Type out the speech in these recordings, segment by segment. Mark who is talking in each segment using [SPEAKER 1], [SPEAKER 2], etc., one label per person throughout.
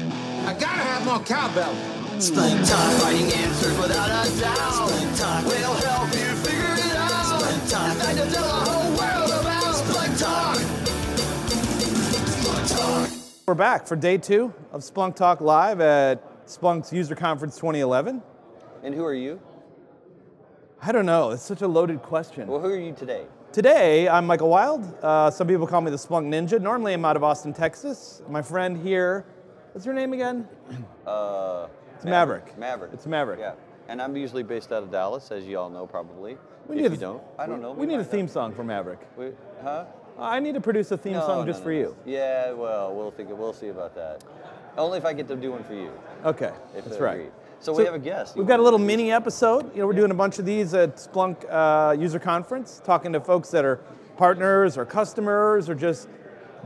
[SPEAKER 1] gotta have more cowbell.
[SPEAKER 2] Splint Talk, finding answers without a doubt. Splint Talk will help you figure it out. Splint Talk, a thing to tell the whole world about. Splint Talk. Splint Talk.
[SPEAKER 3] We're back for day two of Splunk Talk Live at Splunk's User Conference 2011.
[SPEAKER 4] And who are you?
[SPEAKER 3] I don't know, it's such a loaded question.
[SPEAKER 4] Well, who are you today?
[SPEAKER 3] Today, I'm Michael Wild. Uh, some people call me the Splunk Ninja. Normally, I'm out of Austin, Texas. My friend here, what's her name again?
[SPEAKER 4] Uh,
[SPEAKER 3] It's Maverick.
[SPEAKER 4] Maverick.
[SPEAKER 3] It's Maverick.
[SPEAKER 4] Yeah. And I'm usually based out of Dallas, as you all know probably.
[SPEAKER 3] We
[SPEAKER 4] if
[SPEAKER 3] need
[SPEAKER 4] you
[SPEAKER 3] a-
[SPEAKER 4] don't, I don't know.
[SPEAKER 3] We need a
[SPEAKER 4] might
[SPEAKER 3] theme
[SPEAKER 4] know.
[SPEAKER 3] song for Maverick.
[SPEAKER 4] We, huh?
[SPEAKER 3] I need to produce a theme
[SPEAKER 4] No,
[SPEAKER 3] song
[SPEAKER 4] no,
[SPEAKER 3] just
[SPEAKER 4] no,
[SPEAKER 3] for
[SPEAKER 4] no.
[SPEAKER 3] you.
[SPEAKER 4] Yeah. Well, we'll think. We'll see about that. Only if I get to do one for you.
[SPEAKER 3] Okay,
[SPEAKER 4] If
[SPEAKER 3] that's
[SPEAKER 4] they're
[SPEAKER 3] right.
[SPEAKER 4] agreed. So we have a guest. You
[SPEAKER 3] We've got a
[SPEAKER 4] wanna
[SPEAKER 3] little
[SPEAKER 4] introduce-
[SPEAKER 3] mini episode. You know, we're doing a bunch of these at Splunk uh, User Conference, talking to folks that are partners or customers or just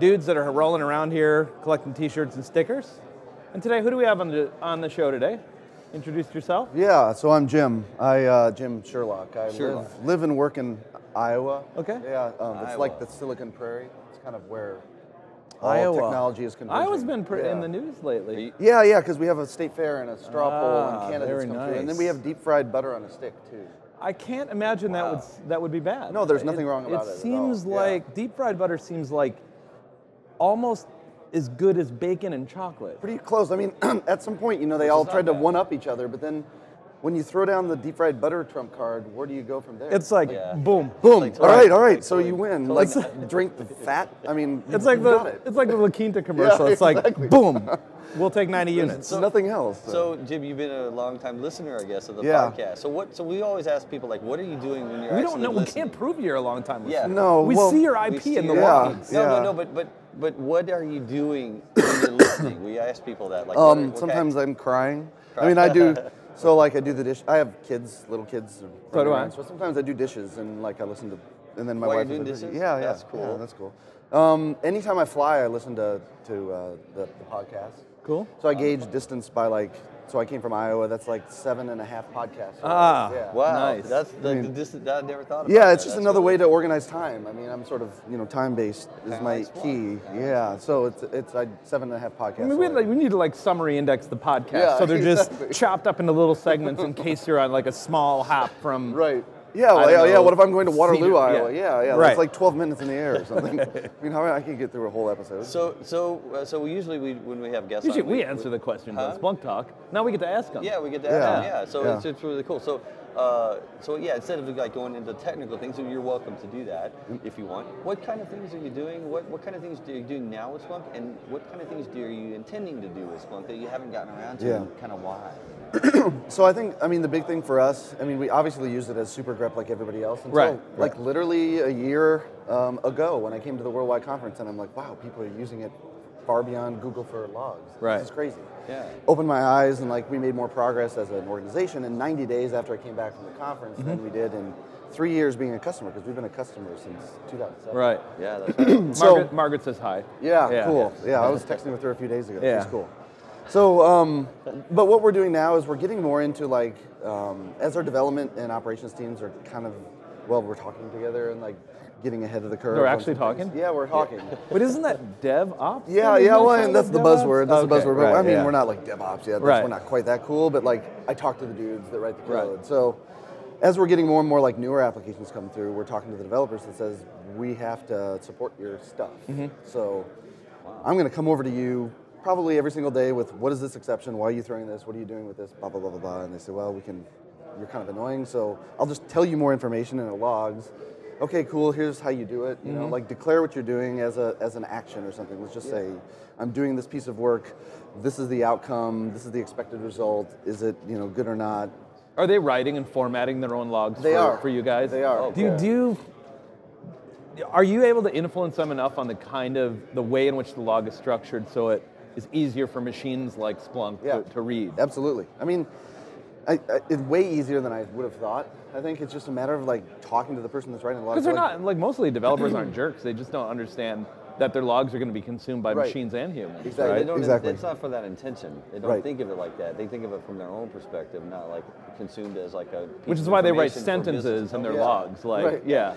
[SPEAKER 3] dudes that are rolling around here collecting T-shirts and stickers. And today, who do we have on the on the show today? Introduce yourself.
[SPEAKER 5] Yeah, so I'm Jim. I uh, Jim Sherlock. I
[SPEAKER 4] Sherlock.
[SPEAKER 5] Live, live and work in Iowa.
[SPEAKER 3] Okay.
[SPEAKER 5] Yeah, um, it's
[SPEAKER 4] Iowa.
[SPEAKER 5] like the Silicon Prairie. It's kind of where all
[SPEAKER 3] Iowa.
[SPEAKER 5] technology is converging.
[SPEAKER 3] Iowa's been pretty
[SPEAKER 5] yeah.
[SPEAKER 3] in the news lately.
[SPEAKER 4] you-
[SPEAKER 5] Yeah, yeah, because we have a state fair and a straw
[SPEAKER 3] Ah,
[SPEAKER 5] poll and candidates
[SPEAKER 3] very
[SPEAKER 5] come through, and then
[SPEAKER 3] nice.
[SPEAKER 5] we have deep fried butter on a stick too.
[SPEAKER 3] I can't imagine that would s- that would be bad.
[SPEAKER 5] No, there's nothing wrong about it at all.
[SPEAKER 3] It seems
[SPEAKER 5] Yeah.
[SPEAKER 3] like deep fried butter seems like almost as good as bacon and chocolate.
[SPEAKER 5] Pretty close. I mean, at some point, you know, they all
[SPEAKER 3] not
[SPEAKER 5] tried to
[SPEAKER 3] bad.
[SPEAKER 5] one up each other, but then when you throw down the deep fried butter trump card, where do you go from there?
[SPEAKER 3] It's like
[SPEAKER 4] Yeah.
[SPEAKER 3] boom,
[SPEAKER 5] boom.
[SPEAKER 4] like
[SPEAKER 5] all right,
[SPEAKER 4] totally-
[SPEAKER 5] all right. So
[SPEAKER 4] totally-
[SPEAKER 5] you win.
[SPEAKER 4] totally
[SPEAKER 5] Like drink the fat. I mean,
[SPEAKER 3] It's like
[SPEAKER 5] you
[SPEAKER 3] the
[SPEAKER 5] got it.
[SPEAKER 3] it's like the La Quinta commercial. it's like
[SPEAKER 5] exactly.
[SPEAKER 3] boom, we'll take 90 units.
[SPEAKER 5] It's nothing else.
[SPEAKER 4] So Jim, you've been a long-time listener, I guess, of the
[SPEAKER 5] Yeah.
[SPEAKER 4] podcast. So what? So we always ask people like, what are you doing when you're
[SPEAKER 3] We don't
[SPEAKER 4] actually
[SPEAKER 3] know. We
[SPEAKER 4] listening?
[SPEAKER 3] can't prove you're a long time
[SPEAKER 4] Yeah.
[SPEAKER 3] listener.
[SPEAKER 5] No,
[SPEAKER 3] we
[SPEAKER 5] well,
[SPEAKER 3] see your
[SPEAKER 4] We
[SPEAKER 3] IP
[SPEAKER 4] see
[SPEAKER 3] in the
[SPEAKER 4] your-
[SPEAKER 5] Yeah,
[SPEAKER 3] logins.
[SPEAKER 4] No, no,
[SPEAKER 5] yeah.
[SPEAKER 4] no. But but but what are you doing when you're listening? We ask people that. Like, what are-
[SPEAKER 5] um,
[SPEAKER 4] okay.
[SPEAKER 5] sometimes I'm crying. I mean, I do. So like, I do the dish. I have kids, little kids.
[SPEAKER 3] So do I.
[SPEAKER 5] So sometimes I do dishes, and like I listen to, and then my
[SPEAKER 4] While you're
[SPEAKER 5] wife. will
[SPEAKER 4] doing
[SPEAKER 5] do dishes.
[SPEAKER 4] dishes?
[SPEAKER 5] Yeah, yeah,
[SPEAKER 4] That's
[SPEAKER 5] yeah,
[SPEAKER 4] cool.
[SPEAKER 5] that's cool. Um, anytime I fly, I listen to to uh, the, the podcast.
[SPEAKER 3] Cool.
[SPEAKER 5] So I gauge distance by like. So I came from Iowa. That's like seven and a half podcasts.
[SPEAKER 3] Ah,
[SPEAKER 5] Yeah.
[SPEAKER 4] Wow,
[SPEAKER 3] Nice.
[SPEAKER 4] that's the, the distance that I never thought about.
[SPEAKER 5] Yeah, it's
[SPEAKER 4] that.
[SPEAKER 5] just
[SPEAKER 4] That's
[SPEAKER 5] another way
[SPEAKER 4] really-
[SPEAKER 5] to organize time. I mean, I'm sort of you know time based is
[SPEAKER 4] Kinda
[SPEAKER 5] my
[SPEAKER 4] like Splunk,
[SPEAKER 5] key. Yeah. so it's it's I seven and a half podcasts.
[SPEAKER 3] I mean, we,
[SPEAKER 5] already.
[SPEAKER 3] like, we need to like summary index the podcast,
[SPEAKER 5] Yeah,
[SPEAKER 3] so they're
[SPEAKER 5] exactly.
[SPEAKER 3] just chopped up into little segments in case you're on like a small hop from.
[SPEAKER 5] Right. Yeah,
[SPEAKER 3] I
[SPEAKER 5] well,
[SPEAKER 3] don't
[SPEAKER 5] yeah, yeah,
[SPEAKER 3] know,
[SPEAKER 5] what if I'm going to Waterloo,
[SPEAKER 3] Cedar,
[SPEAKER 5] Iowa?
[SPEAKER 3] yeah.
[SPEAKER 5] Yeah, yeah,
[SPEAKER 3] Right.
[SPEAKER 5] that's like 12 minutes in the air or something. I mean, how I can get through a whole episode.
[SPEAKER 4] So so uh, so we usually we when we have guests.
[SPEAKER 3] Usually
[SPEAKER 4] on,
[SPEAKER 3] we answer the questions on
[SPEAKER 4] Huh?
[SPEAKER 3] Splunk Talk. Now we get to ask them.
[SPEAKER 4] Yeah, we get to ask them,
[SPEAKER 5] Yeah.
[SPEAKER 4] Yeah, so
[SPEAKER 5] Yeah.
[SPEAKER 4] It's, it's really cool. So. Uh, so yeah, instead of like going into technical things, so you're welcome to do that
[SPEAKER 5] Mm-hmm.
[SPEAKER 4] if you want. What kind of things are you doing? What what kind of things do you doing now with Splunk, and what kind of things do you, are you intending to do with Splunk that you haven't gotten around to?
[SPEAKER 5] Yeah.
[SPEAKER 4] And kind of why?
[SPEAKER 5] So I think, I mean, the big thing for us, I mean, we obviously used it as super grep like everybody else until
[SPEAKER 3] Right,
[SPEAKER 5] like literally a year um, ago when I came to the Worldwide Conference and I'm like, wow, people are using it far beyond Google for logs.
[SPEAKER 3] Right.
[SPEAKER 5] This is crazy.
[SPEAKER 4] Yeah.
[SPEAKER 5] Opened my eyes and like we made more progress as an organization in 90 days after I came back from the conference
[SPEAKER 3] Mm-hmm.
[SPEAKER 5] than we did in three years being a customer because we've been a customer since 2007.
[SPEAKER 3] Right.
[SPEAKER 4] Yeah, that's right.
[SPEAKER 5] So-
[SPEAKER 3] Margaret, Margaret says hi.
[SPEAKER 5] Yeah, cool. Yeah, I was texting with her a few days ago.
[SPEAKER 3] Yeah.
[SPEAKER 5] She's cool. So, um, but what we're doing now is we're getting more into like, um, as our development and operations teams are kind of, well, we're talking together and like getting ahead of the curve.
[SPEAKER 3] They're
[SPEAKER 5] on
[SPEAKER 3] actually
[SPEAKER 5] some things.
[SPEAKER 3] talking?
[SPEAKER 5] Yeah, we're talking.
[SPEAKER 3] But isn't that DevOps?
[SPEAKER 5] Yeah,
[SPEAKER 3] Isn't
[SPEAKER 5] yeah,
[SPEAKER 3] that
[SPEAKER 5] well,
[SPEAKER 3] kind
[SPEAKER 5] and
[SPEAKER 3] of
[SPEAKER 5] that's the
[SPEAKER 3] DevOps?
[SPEAKER 5] buzzword. That's
[SPEAKER 3] Okay,
[SPEAKER 5] the buzzword.
[SPEAKER 3] right,
[SPEAKER 5] but I mean,
[SPEAKER 3] yeah.
[SPEAKER 5] we're not like DevOps yet. That's-
[SPEAKER 3] Right.
[SPEAKER 5] We're not quite that cool, but like I talk to the dudes that write the
[SPEAKER 3] Right.
[SPEAKER 5] code. So as we're getting more and more like newer applications come through, we're talking to the developers that says we have to support your stuff. So I'm going to come over to you probably every single day with what is this exception? Why are you throwing this? What are you doing with this? Blah blah blah blah blah. And they say, well, we can. You're kind of annoying, so I'll just tell you more information in it logs. Okay, cool. Here's how you do it. You know, like declare what you're doing as a as an action or something. Let's just say I'm doing this piece of work. This is the outcome. This is the expected result. Is it you know good or not?
[SPEAKER 3] Are they writing and formatting their own logs
[SPEAKER 5] They
[SPEAKER 3] for,
[SPEAKER 5] are.
[SPEAKER 3] for you guys?
[SPEAKER 5] They are.
[SPEAKER 3] Do you, do you, are you able to influence them enough on the kind of the way in which the log is structured so it is easier for machines like Splunk
[SPEAKER 5] Yeah.
[SPEAKER 3] to, to read?
[SPEAKER 5] Absolutely. I mean, I, I, it's way easier than I would have thought. I think it's just a matter of like talking to the person that's writing the logs.
[SPEAKER 3] Because they're
[SPEAKER 5] like,
[SPEAKER 3] not like mostly developers aren't jerks. They just don't understand that their logs are going to be consumed by
[SPEAKER 5] Right.
[SPEAKER 3] machines and humans.
[SPEAKER 5] Exactly.
[SPEAKER 4] They
[SPEAKER 3] Right?
[SPEAKER 4] don't,
[SPEAKER 5] exactly.
[SPEAKER 4] It's not for that intention. They don't
[SPEAKER 5] Right.
[SPEAKER 4] think of it like that. They think of it from their own perspective, not like consumed as like a. Piece
[SPEAKER 3] Which is
[SPEAKER 4] of
[SPEAKER 3] why they write
[SPEAKER 4] information for business
[SPEAKER 3] sentences in their logs.
[SPEAKER 4] intelligence.
[SPEAKER 3] Like,
[SPEAKER 5] Right.
[SPEAKER 3] yeah.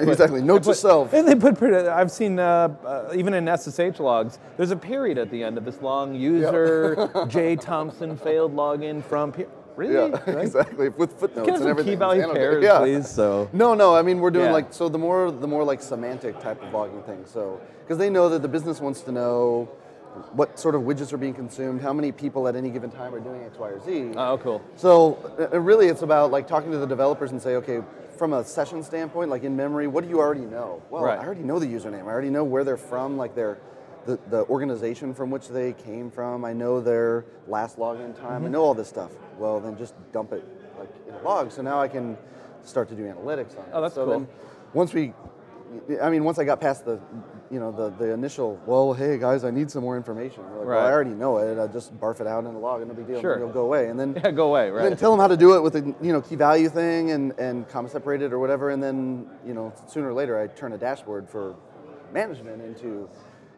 [SPEAKER 5] exactly. Note to self.
[SPEAKER 3] And they put pretty, I've seen uh, uh, even in SSH logs, there's a period at the end of this long user J Thompson failed login from. Pe- really?
[SPEAKER 5] Yeah,
[SPEAKER 3] Right?
[SPEAKER 5] exactly. With footnotes
[SPEAKER 3] Give us
[SPEAKER 5] and
[SPEAKER 3] some
[SPEAKER 5] everything.
[SPEAKER 3] key value
[SPEAKER 5] Annotate-
[SPEAKER 3] pairs,
[SPEAKER 5] yeah.
[SPEAKER 3] please. So.
[SPEAKER 5] No, no. I mean, we're doing
[SPEAKER 3] Yeah.
[SPEAKER 5] like so. The more, the more like semantic type of logging thing. So because they know that the business wants to know what sort of widgets are being consumed, how many people at any given time are doing X, Y, or Z.
[SPEAKER 3] Oh, cool.
[SPEAKER 5] So uh, uh, really, it's about like talking to the developers and say, okay, from a session standpoint, like in memory, what do you already know? Well,
[SPEAKER 3] Right.
[SPEAKER 5] I already know the username. I already know where they're from, like their the, the organization from which they came from. I know their last login time.
[SPEAKER 3] Mm-hmm.
[SPEAKER 5] I know all this stuff. Well, then just dump it like in a log. So now I can start to do analytics on it.
[SPEAKER 3] Oh, that's
[SPEAKER 5] so
[SPEAKER 3] cool.
[SPEAKER 5] Then once we, I mean, once I got past the, you know, the, the initial, well, hey guys, I need some more information. We're like, Well, I
[SPEAKER 3] Right.
[SPEAKER 5] already know it. I just barf it out in a log, and no big deal.
[SPEAKER 3] Sure.
[SPEAKER 5] It'll go away. And then
[SPEAKER 3] Yeah, go away,
[SPEAKER 5] and then
[SPEAKER 3] right?
[SPEAKER 5] tell them how to do it with a you know key value thing and and comma separated or whatever, and then you know sooner or later I turn a dashboard for management into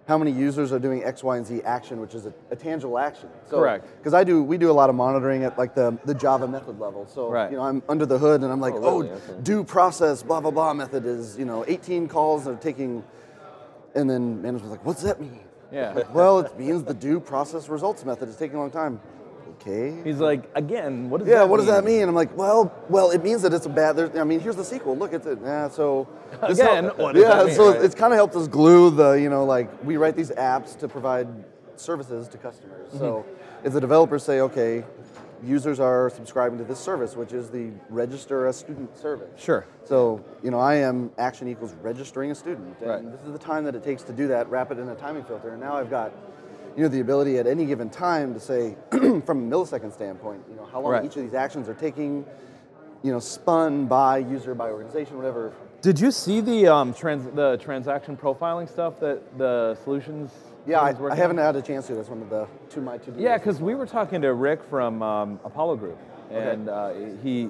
[SPEAKER 5] how many users are doing X, Y, and Z action, which is a, a tangible action. So,
[SPEAKER 3] Correct.
[SPEAKER 5] Because I do we do a lot of monitoring at like the the Java method level. So
[SPEAKER 3] Right.
[SPEAKER 5] you know I'm under the hood and I'm like
[SPEAKER 4] Oh,
[SPEAKER 5] oh,
[SPEAKER 4] really? Okay.
[SPEAKER 5] due process blah blah blah method is you know 18 calls they're taking, and then management's like what's that mean?
[SPEAKER 3] Yeah.
[SPEAKER 5] Well, it means the due process results method is taking a long time. Okay.
[SPEAKER 3] He's like, again, what does
[SPEAKER 5] Yeah,
[SPEAKER 3] that
[SPEAKER 5] what does that mean? I'm like, well, well, it means that it's a bad. There's, I mean, here's the sequel. Look, it's a yeah. So this
[SPEAKER 3] Again,
[SPEAKER 5] help-
[SPEAKER 3] what does
[SPEAKER 5] yeah.
[SPEAKER 3] that mean,
[SPEAKER 5] so
[SPEAKER 3] right?
[SPEAKER 5] it's kind of helped us glue the. You know, like we write these apps to provide services to customers. So
[SPEAKER 3] Mm-hmm.
[SPEAKER 5] if the developers say, okay, users are subscribing to this service, which is the register a student service.
[SPEAKER 3] Sure.
[SPEAKER 5] So you know, I am action equals registering a student, and
[SPEAKER 3] Right.
[SPEAKER 5] this is the time that it takes to do that. Wrap it in a timing filter, and now I've got. You know the ability at any given time to say, from a millisecond standpoint, you know how long
[SPEAKER 3] Right.
[SPEAKER 5] each of these actions are taking, you know, spun by user, by organization, whatever.
[SPEAKER 3] Did you see the um, trans- the transaction profiling stuff that the solutions?
[SPEAKER 5] Yeah,
[SPEAKER 3] team's
[SPEAKER 5] I, I
[SPEAKER 3] working
[SPEAKER 5] haven't had a chance to. That's one of the to my to do.
[SPEAKER 3] Yeah, because we were talking to Rick from um, Apollo Group, and uh, he,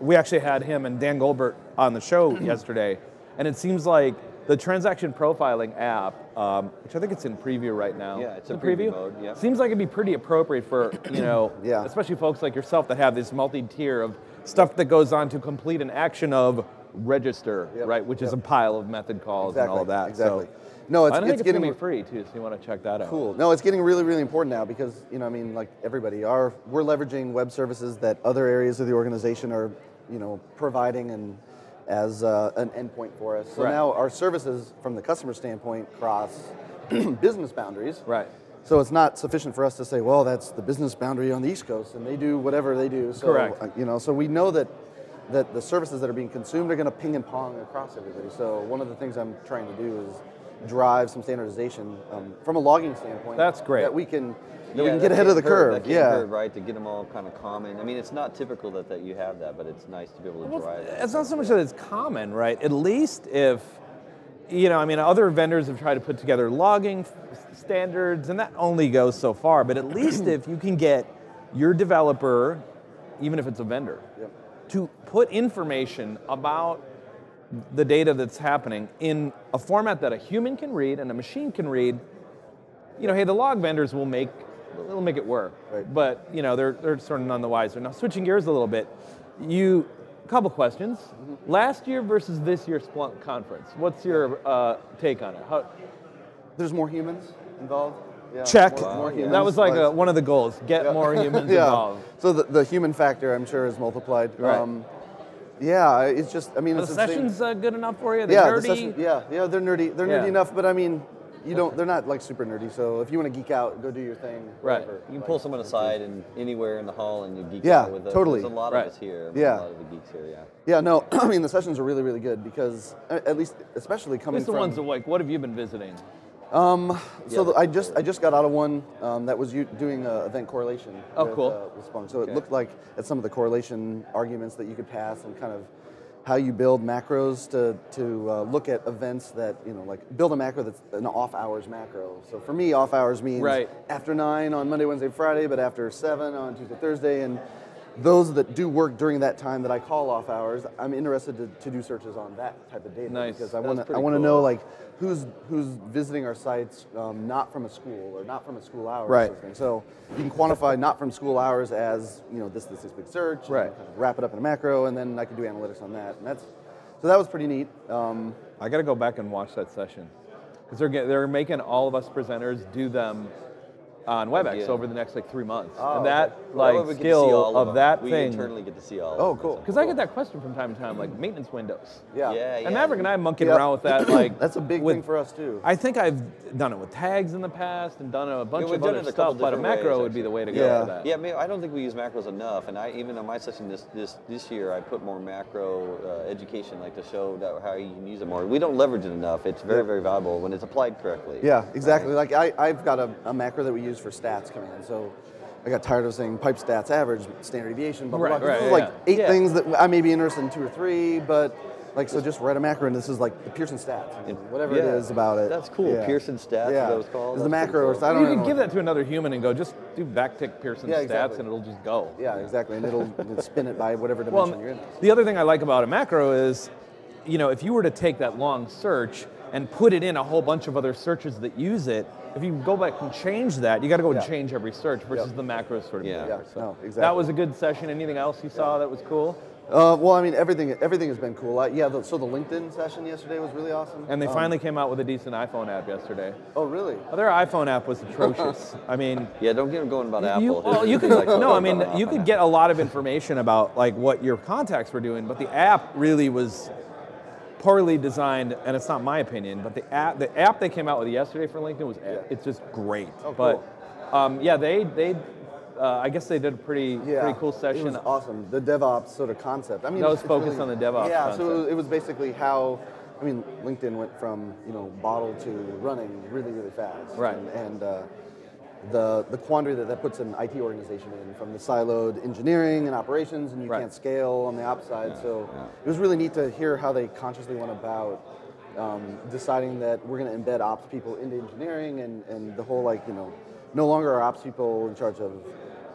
[SPEAKER 3] we actually had him and Dan Goldberg on the show yesterday, and it seems like the transaction profiling app, um, which I think it's in preview right now.
[SPEAKER 4] Yeah, it's
[SPEAKER 3] in
[SPEAKER 4] in preview mode, yeah.
[SPEAKER 3] Seems like it'd be pretty appropriate for you know,
[SPEAKER 5] Yeah.
[SPEAKER 3] especially folks like yourself that have this multi-tier of stuff that goes on to complete an action of register,
[SPEAKER 5] Yep,
[SPEAKER 3] right, which is a
[SPEAKER 5] yep.
[SPEAKER 3] pile of method calls and all of that.
[SPEAKER 5] Exactly.
[SPEAKER 3] So,
[SPEAKER 5] no, it's,
[SPEAKER 3] I don't
[SPEAKER 5] it's
[SPEAKER 3] think it's
[SPEAKER 5] getting
[SPEAKER 3] gonna be free too, so you want to check that out.
[SPEAKER 5] cool. No, it's getting really, really important now because you know, I mean, like everybody are we're leveraging web services that other areas of the organization are, you know, providing and as uh, an endpoint for us. So
[SPEAKER 3] Right.
[SPEAKER 5] now our services, from the customer standpoint, cross business boundaries.
[SPEAKER 3] Right.
[SPEAKER 5] So it's not sufficient for us to say, well, that's the business boundary on the East Coast, and they do whatever they do. So,
[SPEAKER 3] Correct.
[SPEAKER 5] uh, You know, so we know that that the services that are being consumed are going to ping and pong across everybody. So one of the things I'm trying to do is drive some standardization um, from a logging standpoint.
[SPEAKER 3] That's great.
[SPEAKER 5] That we can that we
[SPEAKER 4] Yeah,
[SPEAKER 5] can
[SPEAKER 4] that
[SPEAKER 5] get ahead of the
[SPEAKER 4] getting curved,
[SPEAKER 5] curve.
[SPEAKER 4] that getting
[SPEAKER 5] Yeah.
[SPEAKER 4] curved, right, to get them all kind of common. I mean, it's not typical that, that you have that, but it's nice to be able to
[SPEAKER 3] Well,
[SPEAKER 4] drive that.
[SPEAKER 3] it's not so much that it's common, right? At least if, you know, I mean, other vendors have tried to put together logging f- standards, and that only goes so far. But at least if you can get your developer, even if it's a vendor,
[SPEAKER 5] Yep.
[SPEAKER 3] to put information about the data that's happening in a format that a human can read and a machine can read, you know, hey, the log vendors will make will make it work,
[SPEAKER 5] Right.
[SPEAKER 3] but you know they're they're sort of none the wiser. Now switching gears a little bit, you a couple questions.
[SPEAKER 5] Mm-hmm.
[SPEAKER 3] Last year versus this year's Splunk conference, what's your uh, take on it? How,
[SPEAKER 5] There's more humans involved. Yeah,
[SPEAKER 3] check.
[SPEAKER 5] More, more
[SPEAKER 4] Wow, yeah.
[SPEAKER 5] humans.
[SPEAKER 3] That was like
[SPEAKER 5] Less-
[SPEAKER 3] uh one of the goals: get more humans
[SPEAKER 5] yeah.
[SPEAKER 3] involved.
[SPEAKER 5] So the, the human factor, I'm sure, is multiplied. Um,
[SPEAKER 3] Right.
[SPEAKER 5] yeah, it's just, I mean,
[SPEAKER 3] Are the
[SPEAKER 5] it's the same-
[SPEAKER 3] sessions uh, good enough for you? The
[SPEAKER 5] yeah,
[SPEAKER 3] nerdy.
[SPEAKER 5] The session, yeah, yeah, they're nerdy. They're
[SPEAKER 3] Yeah.
[SPEAKER 5] nerdy enough, but I mean, you don't. They're not like super nerdy. So if you want to geek out, go do your thing.
[SPEAKER 3] Right.
[SPEAKER 5] whatever.
[SPEAKER 4] You can
[SPEAKER 5] Like,
[SPEAKER 4] pull someone aside and anywhere in the hall, and you geek
[SPEAKER 5] Yeah,
[SPEAKER 4] out with them.
[SPEAKER 5] totally.
[SPEAKER 4] There's a lot
[SPEAKER 3] Right.
[SPEAKER 4] of us here.
[SPEAKER 5] Yeah.
[SPEAKER 4] a lot of the geeks here. Yeah.
[SPEAKER 5] Yeah, no. I mean, the sessions are really, really good because uh, at least, especially coming
[SPEAKER 3] It's the
[SPEAKER 5] from.
[SPEAKER 3] ones that like. What have you been visiting?
[SPEAKER 5] so
[SPEAKER 4] Yeah,
[SPEAKER 5] the- I just I just got out of one um, that was you doing uh, event correlation.
[SPEAKER 3] Oh,
[SPEAKER 5] with,
[SPEAKER 3] cool.
[SPEAKER 5] Uh, with Splunk. So
[SPEAKER 3] Okay.
[SPEAKER 5] it looked like at some of the correlation arguments that you could pass and kind of how you build macros to to uh, look at events that you know like build a macro that's an off hours macro. So for me, off hours means
[SPEAKER 3] Right.
[SPEAKER 5] after nine on Monday, Wednesday, Friday, but after seven on Tuesday, Thursday, and those that do work during that time that I call off hours, I'm interested to, to do searches on that type of data
[SPEAKER 3] Nice.
[SPEAKER 5] because I
[SPEAKER 4] That's
[SPEAKER 5] want to I
[SPEAKER 4] pretty
[SPEAKER 5] want to
[SPEAKER 4] cool.
[SPEAKER 5] know like who's who's visiting our sites um, not from a school or not from a school hours.
[SPEAKER 3] Right.
[SPEAKER 5] Sort of thing. So you can quantify not from school hours as you know this this this big search. and
[SPEAKER 3] Right.
[SPEAKER 5] kind of wrap it up in a macro, and then I can do analytics on that, and that's so that was pretty neat. Um,
[SPEAKER 3] I got to go back and watch that session because they're get, they're making all of us presenters do them
[SPEAKER 4] Oh,
[SPEAKER 3] on WebEx
[SPEAKER 4] Again.
[SPEAKER 3] over the next like three months,
[SPEAKER 5] Oh,
[SPEAKER 3] and
[SPEAKER 5] okay.
[SPEAKER 3] that
[SPEAKER 4] Well,
[SPEAKER 3] like
[SPEAKER 4] we get to see
[SPEAKER 3] skill
[SPEAKER 4] all
[SPEAKER 3] of,
[SPEAKER 4] them.
[SPEAKER 3] that
[SPEAKER 4] we
[SPEAKER 3] thing.
[SPEAKER 4] internally get to see all.
[SPEAKER 5] Oh,
[SPEAKER 4] of them.
[SPEAKER 5] cool.
[SPEAKER 4] That's
[SPEAKER 3] Because I get that question from time to time, like maintenance windows.
[SPEAKER 5] yeah.
[SPEAKER 4] Yeah, yeah.
[SPEAKER 3] And Maverick and I monkeyed
[SPEAKER 5] Yep.
[SPEAKER 3] around with that. Like
[SPEAKER 5] That's a big
[SPEAKER 3] with-
[SPEAKER 5] thing for us too.
[SPEAKER 3] I think I've done it with tags in the past and done a bunch
[SPEAKER 4] we've
[SPEAKER 3] of
[SPEAKER 4] done
[SPEAKER 3] other
[SPEAKER 4] it a couple
[SPEAKER 3] stuff, but a
[SPEAKER 4] different
[SPEAKER 3] macro
[SPEAKER 4] ways,
[SPEAKER 3] would be the way to go
[SPEAKER 5] Yeah.
[SPEAKER 3] for that.
[SPEAKER 4] Yeah, I, mean, I don't think we use macros enough, and I even on my session this this this year I put more macro uh, education, like to show that how you can use it more. We don't leverage it enough. It's very very valuable when it's applied correctly.
[SPEAKER 5] Yeah, exactly. Like I, I've got a, a macro that we use for stats command. So I got tired of saying pipe stats average, standard deviation, blah blah
[SPEAKER 3] Right,
[SPEAKER 5] blah. 'Cause
[SPEAKER 3] right,
[SPEAKER 5] this is like
[SPEAKER 3] yeah.
[SPEAKER 5] eight
[SPEAKER 4] Yeah.
[SPEAKER 5] things that I may be interested in two or three, but like so just write a macro and this is like the Pearson stats, and whatever
[SPEAKER 4] Yeah.
[SPEAKER 5] it is about it.
[SPEAKER 4] That's cool. Pearson stats is
[SPEAKER 5] Yeah.
[SPEAKER 4] what it's called?
[SPEAKER 5] Is the
[SPEAKER 4] That's pretty
[SPEAKER 5] macro?
[SPEAKER 4] cool.
[SPEAKER 5] so I don't
[SPEAKER 3] you
[SPEAKER 5] even
[SPEAKER 3] could
[SPEAKER 5] know
[SPEAKER 3] give
[SPEAKER 5] what-
[SPEAKER 3] that to another human and go, just do backtick Pearson
[SPEAKER 5] Yeah,
[SPEAKER 3] stats,
[SPEAKER 5] exactly.
[SPEAKER 3] and it'll just go.
[SPEAKER 5] Yeah, exactly. And it'll, it'll spin it by whatever dimension
[SPEAKER 3] Well, um,
[SPEAKER 5] you're in.
[SPEAKER 3] the other thing I like about a macro is, you know, if you were to take that long search and put it in a whole bunch of other searches that use it, if you go back and change that, you got to go and
[SPEAKER 5] Yeah.
[SPEAKER 3] change every search versus
[SPEAKER 5] Yep.
[SPEAKER 3] the macro sort of.
[SPEAKER 4] Yeah.
[SPEAKER 3] behavior.
[SPEAKER 5] Yeah,
[SPEAKER 3] So
[SPEAKER 5] no,
[SPEAKER 3] That
[SPEAKER 5] exactly.
[SPEAKER 3] was a good session. Anything else you saw that was cool?
[SPEAKER 5] Uh, well, I mean everything. Everything has been cool. I, yeah. The, so the LinkedIn session yesterday was really awesome.
[SPEAKER 3] And they
[SPEAKER 5] Um,
[SPEAKER 3] finally came out with a decent iPhone app yesterday.
[SPEAKER 5] Oh, really?
[SPEAKER 3] Oh, their iPhone app was atrocious. I mean,
[SPEAKER 4] Yeah, don't get them going about
[SPEAKER 3] you,
[SPEAKER 4] Apple.
[SPEAKER 3] well, you could
[SPEAKER 4] Like,
[SPEAKER 3] no. I
[SPEAKER 4] about
[SPEAKER 3] mean,
[SPEAKER 4] Apple.
[SPEAKER 3] you could get a lot of information about like what your contacts were doing, but the app really was poorly designed. And it's not my opinion, but the app the app they came out with yesterday for LinkedIn was it's just great.
[SPEAKER 5] Oh,
[SPEAKER 3] but um, yeah, they they uh, I guess they did a pretty
[SPEAKER 5] Yeah,
[SPEAKER 3] pretty cool session.
[SPEAKER 5] It was awesome. The DevOps sort of concept. I mean,
[SPEAKER 3] That was
[SPEAKER 5] it's
[SPEAKER 3] focused on the DevOps
[SPEAKER 5] Yeah, so it
[SPEAKER 3] concept.
[SPEAKER 5] was, it was basically how. I mean, LinkedIn went from you know bottle to running really really fast.
[SPEAKER 3] Right.
[SPEAKER 5] And, and uh, the the quandary that that puts an IT organization in from the siloed engineering and operations, and you
[SPEAKER 3] Right.
[SPEAKER 5] can't scale on the ops side. so
[SPEAKER 4] yeah.
[SPEAKER 5] it was really neat to hear how they consciously went about. Um, deciding that we're going to embed ops people into engineering and, and the whole like you know no longer are ops people in charge of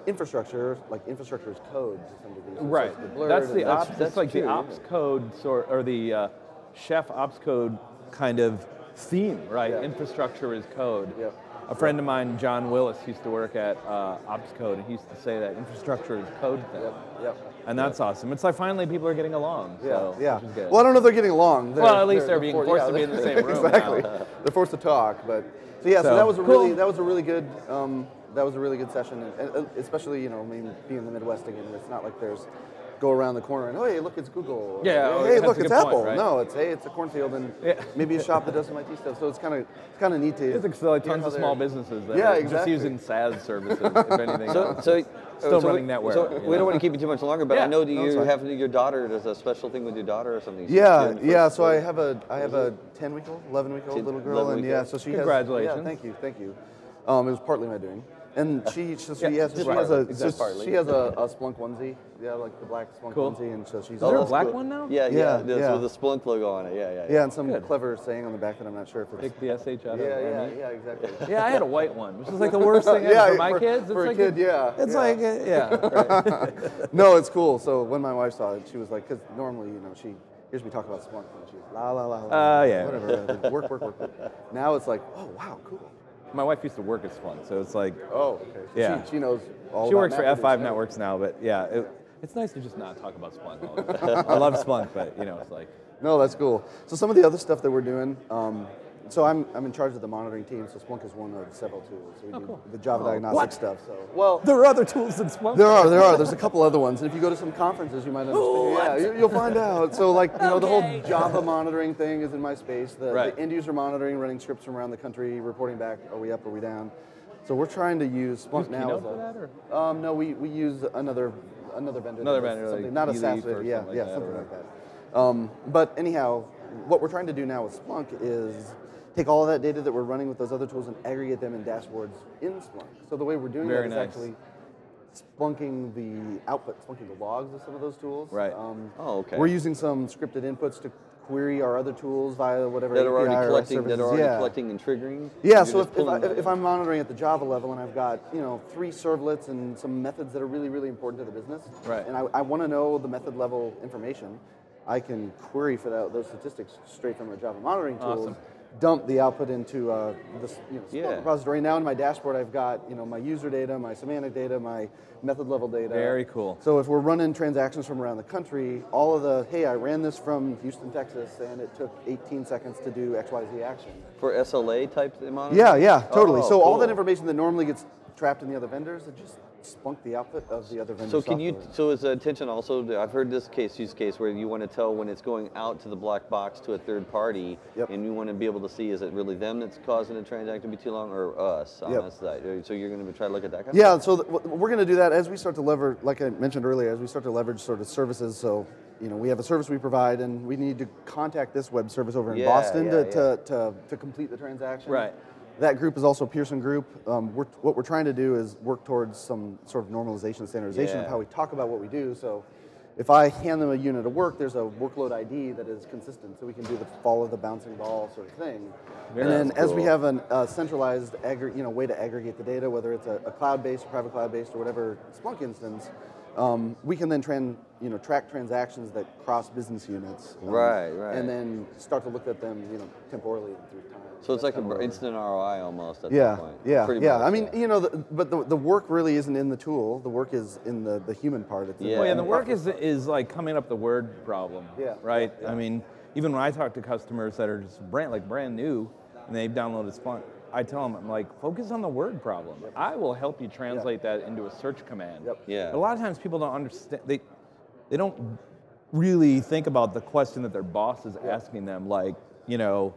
[SPEAKER 5] infrastructure like infrastructure is code to some degree so it's
[SPEAKER 3] Right.
[SPEAKER 5] like blurred
[SPEAKER 3] that's
[SPEAKER 5] and
[SPEAKER 3] the ops. That's,
[SPEAKER 4] that's
[SPEAKER 3] like the
[SPEAKER 4] true,
[SPEAKER 3] ops
[SPEAKER 4] yeah.
[SPEAKER 3] code sort or the uh, chef ops code kind of theme, right?
[SPEAKER 5] Yeah.
[SPEAKER 3] Infrastructure is code.
[SPEAKER 5] Yep.
[SPEAKER 3] A friend of mine, John Willis, used to work at uh, ops code, and he used to say that infrastructure is code thing.
[SPEAKER 5] yep yep
[SPEAKER 3] And that's awesome. It's like finally people are getting along.
[SPEAKER 5] yeah
[SPEAKER 3] so,
[SPEAKER 5] yeah
[SPEAKER 3] Which is good.
[SPEAKER 5] well i don't know if they're getting along
[SPEAKER 3] Well, at least they're being
[SPEAKER 5] for-
[SPEAKER 3] forced to be in the same room
[SPEAKER 5] exactly
[SPEAKER 3] now.
[SPEAKER 5] they're forced to talk but so yeah so,
[SPEAKER 3] So,
[SPEAKER 5] that was a
[SPEAKER 3] cool.
[SPEAKER 5] really that was a really good um, that was a really good session and, and especially you know I mean, being in the midwest again it's not like there's go around the corner and oh hey look it's google or,
[SPEAKER 3] Yeah, oh,
[SPEAKER 5] hey,
[SPEAKER 3] that's a
[SPEAKER 5] look
[SPEAKER 3] good
[SPEAKER 5] it's
[SPEAKER 3] point,
[SPEAKER 5] apple
[SPEAKER 3] right?
[SPEAKER 5] no it's hey it's a cornfield and
[SPEAKER 3] Yeah.
[SPEAKER 5] maybe a shop that does some it stuff so it's kind of it's kind of neat to
[SPEAKER 3] it's like, so like
[SPEAKER 5] hear
[SPEAKER 3] tons
[SPEAKER 5] how
[SPEAKER 3] of small
[SPEAKER 5] they're-
[SPEAKER 3] businesses that
[SPEAKER 5] Yeah,
[SPEAKER 3] are
[SPEAKER 5] exactly.
[SPEAKER 3] just using SaaS services, if anything.
[SPEAKER 4] So,
[SPEAKER 3] else.
[SPEAKER 4] so
[SPEAKER 3] Still
[SPEAKER 4] so
[SPEAKER 3] running
[SPEAKER 4] we,
[SPEAKER 3] that where,
[SPEAKER 4] So
[SPEAKER 3] you
[SPEAKER 4] we
[SPEAKER 3] know?
[SPEAKER 4] don't want to keep you too much longer, but
[SPEAKER 3] Yeah,
[SPEAKER 4] I know that
[SPEAKER 5] no, it's
[SPEAKER 4] you
[SPEAKER 5] fine.
[SPEAKER 4] have your daughter does a special thing with your daughter or something. She's
[SPEAKER 5] Yeah,
[SPEAKER 4] doing the first
[SPEAKER 5] yeah. So I
[SPEAKER 4] quarter.
[SPEAKER 5] have a I have a ten week old, eleven week old
[SPEAKER 4] Ten-
[SPEAKER 5] little girl,
[SPEAKER 4] 11
[SPEAKER 5] and
[SPEAKER 4] week
[SPEAKER 5] yeah,
[SPEAKER 4] old.
[SPEAKER 5] so she Has,
[SPEAKER 3] Congratulations.
[SPEAKER 5] yeah, thank you, thank you. Um, it was partly my doing, and she so she,
[SPEAKER 3] Yeah,
[SPEAKER 5] yeah, so
[SPEAKER 3] just
[SPEAKER 5] she has a
[SPEAKER 4] partly,
[SPEAKER 5] so
[SPEAKER 4] just partly.
[SPEAKER 5] she has a, a Splunk onesie, yeah, like the black Splunk
[SPEAKER 3] Cool.
[SPEAKER 5] onesie, and so she's
[SPEAKER 3] there a
[SPEAKER 5] all-
[SPEAKER 3] black one now?
[SPEAKER 4] Yeah,
[SPEAKER 5] Yeah,
[SPEAKER 4] yeah. This,
[SPEAKER 5] yeah.
[SPEAKER 4] With the Splunk logo on it. Yeah, yeah.
[SPEAKER 5] Yeah, and some
[SPEAKER 3] Good.
[SPEAKER 5] clever saying on the back that I'm not sure if it's.
[SPEAKER 3] Pick the SH out
[SPEAKER 5] Yeah,
[SPEAKER 3] of it.
[SPEAKER 5] yeah,
[SPEAKER 3] right?
[SPEAKER 5] yeah, exactly.
[SPEAKER 3] Yeah, I had a white one, which is like the worst thing ever for my kids. It's
[SPEAKER 5] for
[SPEAKER 3] like
[SPEAKER 5] a kid, yeah.
[SPEAKER 3] It's
[SPEAKER 5] yeah.
[SPEAKER 3] like, uh, yeah.
[SPEAKER 5] no, it's cool. So when my wife saw it, she was like, because normally, you know, she hears me talk about Splunk and she's la la la la.
[SPEAKER 3] Uh, yeah.
[SPEAKER 5] Whatever. work, work, work, work. Now it's like, oh wow, cool.
[SPEAKER 3] My wife used to work at Splunk, so it's like
[SPEAKER 5] Oh, okay. So
[SPEAKER 3] Yeah.
[SPEAKER 5] She, she knows all.
[SPEAKER 3] she
[SPEAKER 5] about
[SPEAKER 3] works for
[SPEAKER 5] macros,
[SPEAKER 3] F5
[SPEAKER 5] yeah.
[SPEAKER 3] Networks now, but yeah, it, it's nice to just not talk about Splunk. All the time. I love Splunk, but you know, it's like
[SPEAKER 5] No, that's cool. So some of the other stuff that we're doing. Um, so I'm, I'm in charge of the monitoring team. So Splunk is one of several tools. So we do the Java diagnostic
[SPEAKER 3] Oh, What?
[SPEAKER 5] stuff. So well,
[SPEAKER 3] there are other tools than Splunk.
[SPEAKER 5] there are there are there's a couple other ones. And if you go to some conferences, you might understand. Yeah, you, you'll find out. So like you know the whole Java monitoring thing is in my space. The,
[SPEAKER 3] Right.
[SPEAKER 5] the end user monitoring, running scripts from around the country, reporting back. Are we up? Are we down? So we're trying to use Splunk
[SPEAKER 3] Use
[SPEAKER 5] now.
[SPEAKER 3] Keynote for that, or-
[SPEAKER 5] Um, no, we, we use another another vendor.
[SPEAKER 3] Another
[SPEAKER 5] that does
[SPEAKER 3] vendor, like
[SPEAKER 5] something, not a
[SPEAKER 3] Eleaf
[SPEAKER 5] SaaS
[SPEAKER 3] or
[SPEAKER 5] vendor. Yeah,
[SPEAKER 3] something like
[SPEAKER 5] yeah,
[SPEAKER 3] that,
[SPEAKER 5] something
[SPEAKER 3] or-
[SPEAKER 5] like that. Um, but anyhow, what we're trying to do now with Splunk is take all of that data that we're running with those other tools and aggregate them in dashboards in Splunk. So the way we're doing
[SPEAKER 3] Very nice.
[SPEAKER 5] that is actually Splunking the output, Splunking the logs of some of those tools.
[SPEAKER 3] Right.
[SPEAKER 5] Um,
[SPEAKER 4] Oh, okay.
[SPEAKER 5] We're using some scripted inputs to query our other tools via whatever
[SPEAKER 4] that are
[SPEAKER 5] API or
[SPEAKER 4] already
[SPEAKER 5] our
[SPEAKER 4] collecting, that
[SPEAKER 5] services.
[SPEAKER 4] are already
[SPEAKER 5] yeah.
[SPEAKER 4] collecting and triggering.
[SPEAKER 5] Yeah,
[SPEAKER 4] You're
[SPEAKER 5] so
[SPEAKER 4] just
[SPEAKER 5] if, if, I,
[SPEAKER 4] pulling that
[SPEAKER 5] if
[SPEAKER 4] in.
[SPEAKER 5] I'm monitoring at the Java level and I've got you know three servlets and some methods that are really really important to the business,
[SPEAKER 3] Right.
[SPEAKER 5] And I, I want to know the method level information, I can query for that, those statistics straight from our Java monitoring tools.
[SPEAKER 3] Awesome.
[SPEAKER 5] Dump the output into uh, this you know, Splunk
[SPEAKER 4] Yeah.
[SPEAKER 5] repository. Now in my dashboard, I've got you know my user data, my semantic data, my method level data.
[SPEAKER 3] Very cool.
[SPEAKER 5] So if we're running transactions from around the country, all of the hey, I ran this from Houston, Texas, and it took 18 seconds to do X Y Z action.
[SPEAKER 4] for SLA type monitoring.
[SPEAKER 5] Yeah, yeah, totally.
[SPEAKER 4] Oh,
[SPEAKER 5] so all that
[SPEAKER 4] cool.
[SPEAKER 5] information that normally gets trapped in the other vendors, it just spunk the output of the other vendors.
[SPEAKER 4] So can you? So is attention also? I've heard this case use case where you want to tell when it's going out to the black box to a third party,
[SPEAKER 5] Yep.
[SPEAKER 4] and you want to be able to see is it really them that's causing the transaction to be too long or us on
[SPEAKER 5] Yep.
[SPEAKER 4] us side. So you're going to try to look at that. Kind
[SPEAKER 5] Yeah, so th- w- we're going to do that as we start to lever, like I mentioned earlier, as we start to leverage sort of services. So, you know, we have a service we provide, and we need to contact this web service over in
[SPEAKER 4] Yeah,
[SPEAKER 5] Boston to,
[SPEAKER 4] yeah,
[SPEAKER 5] To, to, to complete the transaction.
[SPEAKER 3] Right.
[SPEAKER 5] That group is also Pearson Group. Um, we're, what we're trying to do is work towards some sort of normalization, standardization of
[SPEAKER 4] Yeah.
[SPEAKER 5] how we talk about what we do. So, if I hand them a unit of work, there's a workload ID that is consistent, so we can do the follow the bouncing ball sort of thing.
[SPEAKER 3] Very
[SPEAKER 5] and then
[SPEAKER 4] cool.
[SPEAKER 5] as we have have an, a centralized aggr- you know, way to aggregate the data, whether it's a, a cloud-based, private cloud-based, or whatever Splunk instance, um, we can then tran, you know, track transactions that cross business units. um,
[SPEAKER 4] Right, right.
[SPEAKER 5] And then start to look at them you know, temporally and through time.
[SPEAKER 4] So it's
[SPEAKER 5] That's
[SPEAKER 4] like
[SPEAKER 5] kinda
[SPEAKER 4] an
[SPEAKER 5] where-
[SPEAKER 4] instant ROI almost at
[SPEAKER 5] yeah,
[SPEAKER 4] that point.
[SPEAKER 5] yeah,
[SPEAKER 4] Pretty
[SPEAKER 5] yeah.
[SPEAKER 4] much,
[SPEAKER 5] I mean, you know, the, but the, the work really isn't in the tool. The work is in the, the human part. It's in
[SPEAKER 4] Yeah.
[SPEAKER 3] Well, yeah,
[SPEAKER 5] in
[SPEAKER 3] the work
[SPEAKER 5] process.
[SPEAKER 3] is is like coming up the word problem.
[SPEAKER 5] Yeah.
[SPEAKER 3] Right. I mean, even when I talk to customers that are just brand like brand new, and they've downloaded Splunk, I tell them I'm like, focus on the word problem. I will help you translate that into a search command.
[SPEAKER 5] Yep.
[SPEAKER 4] Yeah.
[SPEAKER 3] A lot of times people don't understand. They they don't really think about the question that their boss is asking them. Like, you know.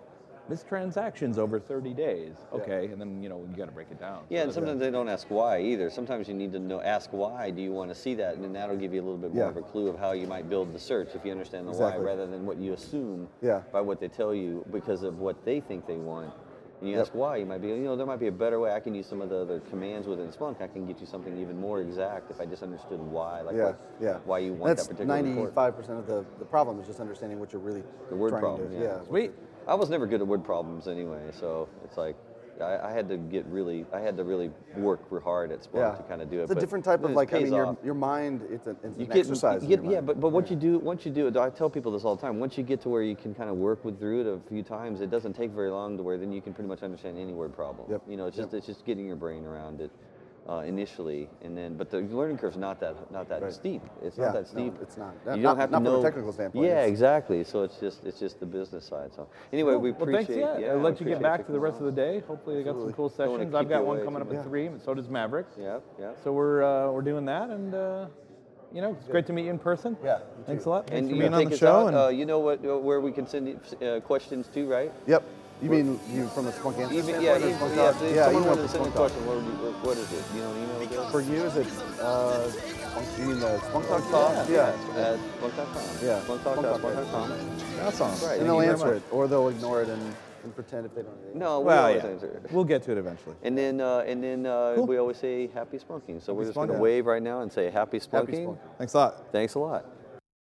[SPEAKER 3] Missed transactions over 30 days. Okay, and then you know you got to break it down.
[SPEAKER 4] Yeah, and sometimes they don't ask why either. Sometimes you need to know ask why do you want to see that, and then that'll give you a little bit more
[SPEAKER 5] Yeah.
[SPEAKER 4] of a clue of how you might build the search if you understand the
[SPEAKER 5] Exactly.
[SPEAKER 4] why rather than what you assume
[SPEAKER 5] Yeah.
[SPEAKER 4] by what they tell you because of what they think they want. And you
[SPEAKER 5] Yep.
[SPEAKER 4] ask why, you might be, you know, there might be a better way. I can use some of the other commands within Splunk. I can get you something even more exact if I just understood why, like
[SPEAKER 5] Yeah,
[SPEAKER 4] what-
[SPEAKER 5] yeah.
[SPEAKER 4] why you want
[SPEAKER 5] That's
[SPEAKER 4] that particular report.
[SPEAKER 5] 95% of the, the problem is just understanding what you're really
[SPEAKER 4] The word
[SPEAKER 5] trying
[SPEAKER 4] problem,
[SPEAKER 5] to
[SPEAKER 4] yeah.
[SPEAKER 5] yeah.
[SPEAKER 3] Sweet.
[SPEAKER 4] I was never good at word problems anyway, so it's like I, I had to get really, I had to really work hard at Splunk to kind of do it.
[SPEAKER 5] It's a
[SPEAKER 4] but
[SPEAKER 5] different type
[SPEAKER 4] it
[SPEAKER 5] of like. I
[SPEAKER 4] pays
[SPEAKER 5] mean, your,
[SPEAKER 4] off.
[SPEAKER 5] your mind. It's, a, it's
[SPEAKER 4] you
[SPEAKER 5] an
[SPEAKER 4] get,
[SPEAKER 5] exercise. in
[SPEAKER 4] you get-
[SPEAKER 5] your mind.
[SPEAKER 4] yeah, but but what you do once you do it, I tell people this all the time. Once you get to where you can kind of work with through it a few times, it doesn't take very long to where then you can pretty much understand any word problem.
[SPEAKER 5] Yep.
[SPEAKER 4] You know, it's just it's just getting your brain around it uh, initially, and then but the learning curve's not that not that steep. It's
[SPEAKER 5] Yeah,
[SPEAKER 4] not that
[SPEAKER 5] no,
[SPEAKER 4] steep.
[SPEAKER 5] it's not.
[SPEAKER 4] You
[SPEAKER 5] Not-
[SPEAKER 4] don't have
[SPEAKER 5] not
[SPEAKER 4] to
[SPEAKER 5] from a
[SPEAKER 4] know
[SPEAKER 5] technical standpoint,
[SPEAKER 4] Yeah,
[SPEAKER 5] it's-
[SPEAKER 4] exactly. So it's just it's just the business side. So anyway, we
[SPEAKER 3] well, thanks.
[SPEAKER 4] appreciate.
[SPEAKER 3] Yeah,
[SPEAKER 4] yeah,
[SPEAKER 3] I'll
[SPEAKER 4] we
[SPEAKER 3] let you
[SPEAKER 4] appreciate
[SPEAKER 3] get back to the
[SPEAKER 4] coming
[SPEAKER 3] rest of
[SPEAKER 4] on.
[SPEAKER 3] the day. Hopefully, they got some cool
[SPEAKER 4] Don't wanna
[SPEAKER 3] sessions. I've
[SPEAKER 4] keep
[SPEAKER 3] got
[SPEAKER 4] you
[SPEAKER 3] one
[SPEAKER 4] away
[SPEAKER 3] coming up
[SPEAKER 4] too
[SPEAKER 3] at
[SPEAKER 4] much.
[SPEAKER 3] three, and so does Mavericks.
[SPEAKER 4] Yep, yep.
[SPEAKER 3] So we're uh, we're doing that, and uh, you know, it's great to meet you in person.
[SPEAKER 5] Yeah, you
[SPEAKER 3] Thanks
[SPEAKER 5] too.
[SPEAKER 3] a lot. Thanks
[SPEAKER 4] And
[SPEAKER 3] for
[SPEAKER 4] you
[SPEAKER 3] being on
[SPEAKER 4] take
[SPEAKER 3] the
[SPEAKER 4] us
[SPEAKER 3] show.
[SPEAKER 4] out,
[SPEAKER 3] and
[SPEAKER 4] uh, you know what? uh, Where we can send uh, questions to, right?
[SPEAKER 5] Yep. You mean you from the Splunk Answers?
[SPEAKER 4] Even yeah,
[SPEAKER 5] standpoint
[SPEAKER 4] even,
[SPEAKER 5] or Splunk
[SPEAKER 4] yeah,
[SPEAKER 5] Talk?
[SPEAKER 4] if
[SPEAKER 5] yeah,
[SPEAKER 4] someone
[SPEAKER 5] email
[SPEAKER 4] wanted to
[SPEAKER 5] from
[SPEAKER 4] send a
[SPEAKER 5] Splunk Talk.
[SPEAKER 4] question, what, would you, what- what is it? You know, an email address?
[SPEAKER 5] For you, is it? Uh, Splunk- you mean the Splunk Talk?
[SPEAKER 4] Talk,
[SPEAKER 5] Yeah.
[SPEAKER 4] yeah. At Splunk.com.
[SPEAKER 5] Yeah.
[SPEAKER 4] Splunk.com.
[SPEAKER 5] Splunk Talk.
[SPEAKER 4] Splunk.com.
[SPEAKER 3] that's awesome.
[SPEAKER 4] Right.
[SPEAKER 5] And
[SPEAKER 4] Thank
[SPEAKER 5] they'll
[SPEAKER 4] you very
[SPEAKER 5] answer it, or they'll ignore it and, and pretend if they don't. Really
[SPEAKER 4] No, we
[SPEAKER 3] Well,
[SPEAKER 4] always
[SPEAKER 3] yeah.
[SPEAKER 4] answer it.
[SPEAKER 3] we'll get to it eventually.
[SPEAKER 4] And then, uh, and then uh,
[SPEAKER 3] Cool.
[SPEAKER 4] we always say happy spunking. So we're just going
[SPEAKER 3] Splunking.
[SPEAKER 4] to wave right now and say happy spunking.
[SPEAKER 5] Splunking.
[SPEAKER 3] Thanks a lot.
[SPEAKER 4] Thanks a lot.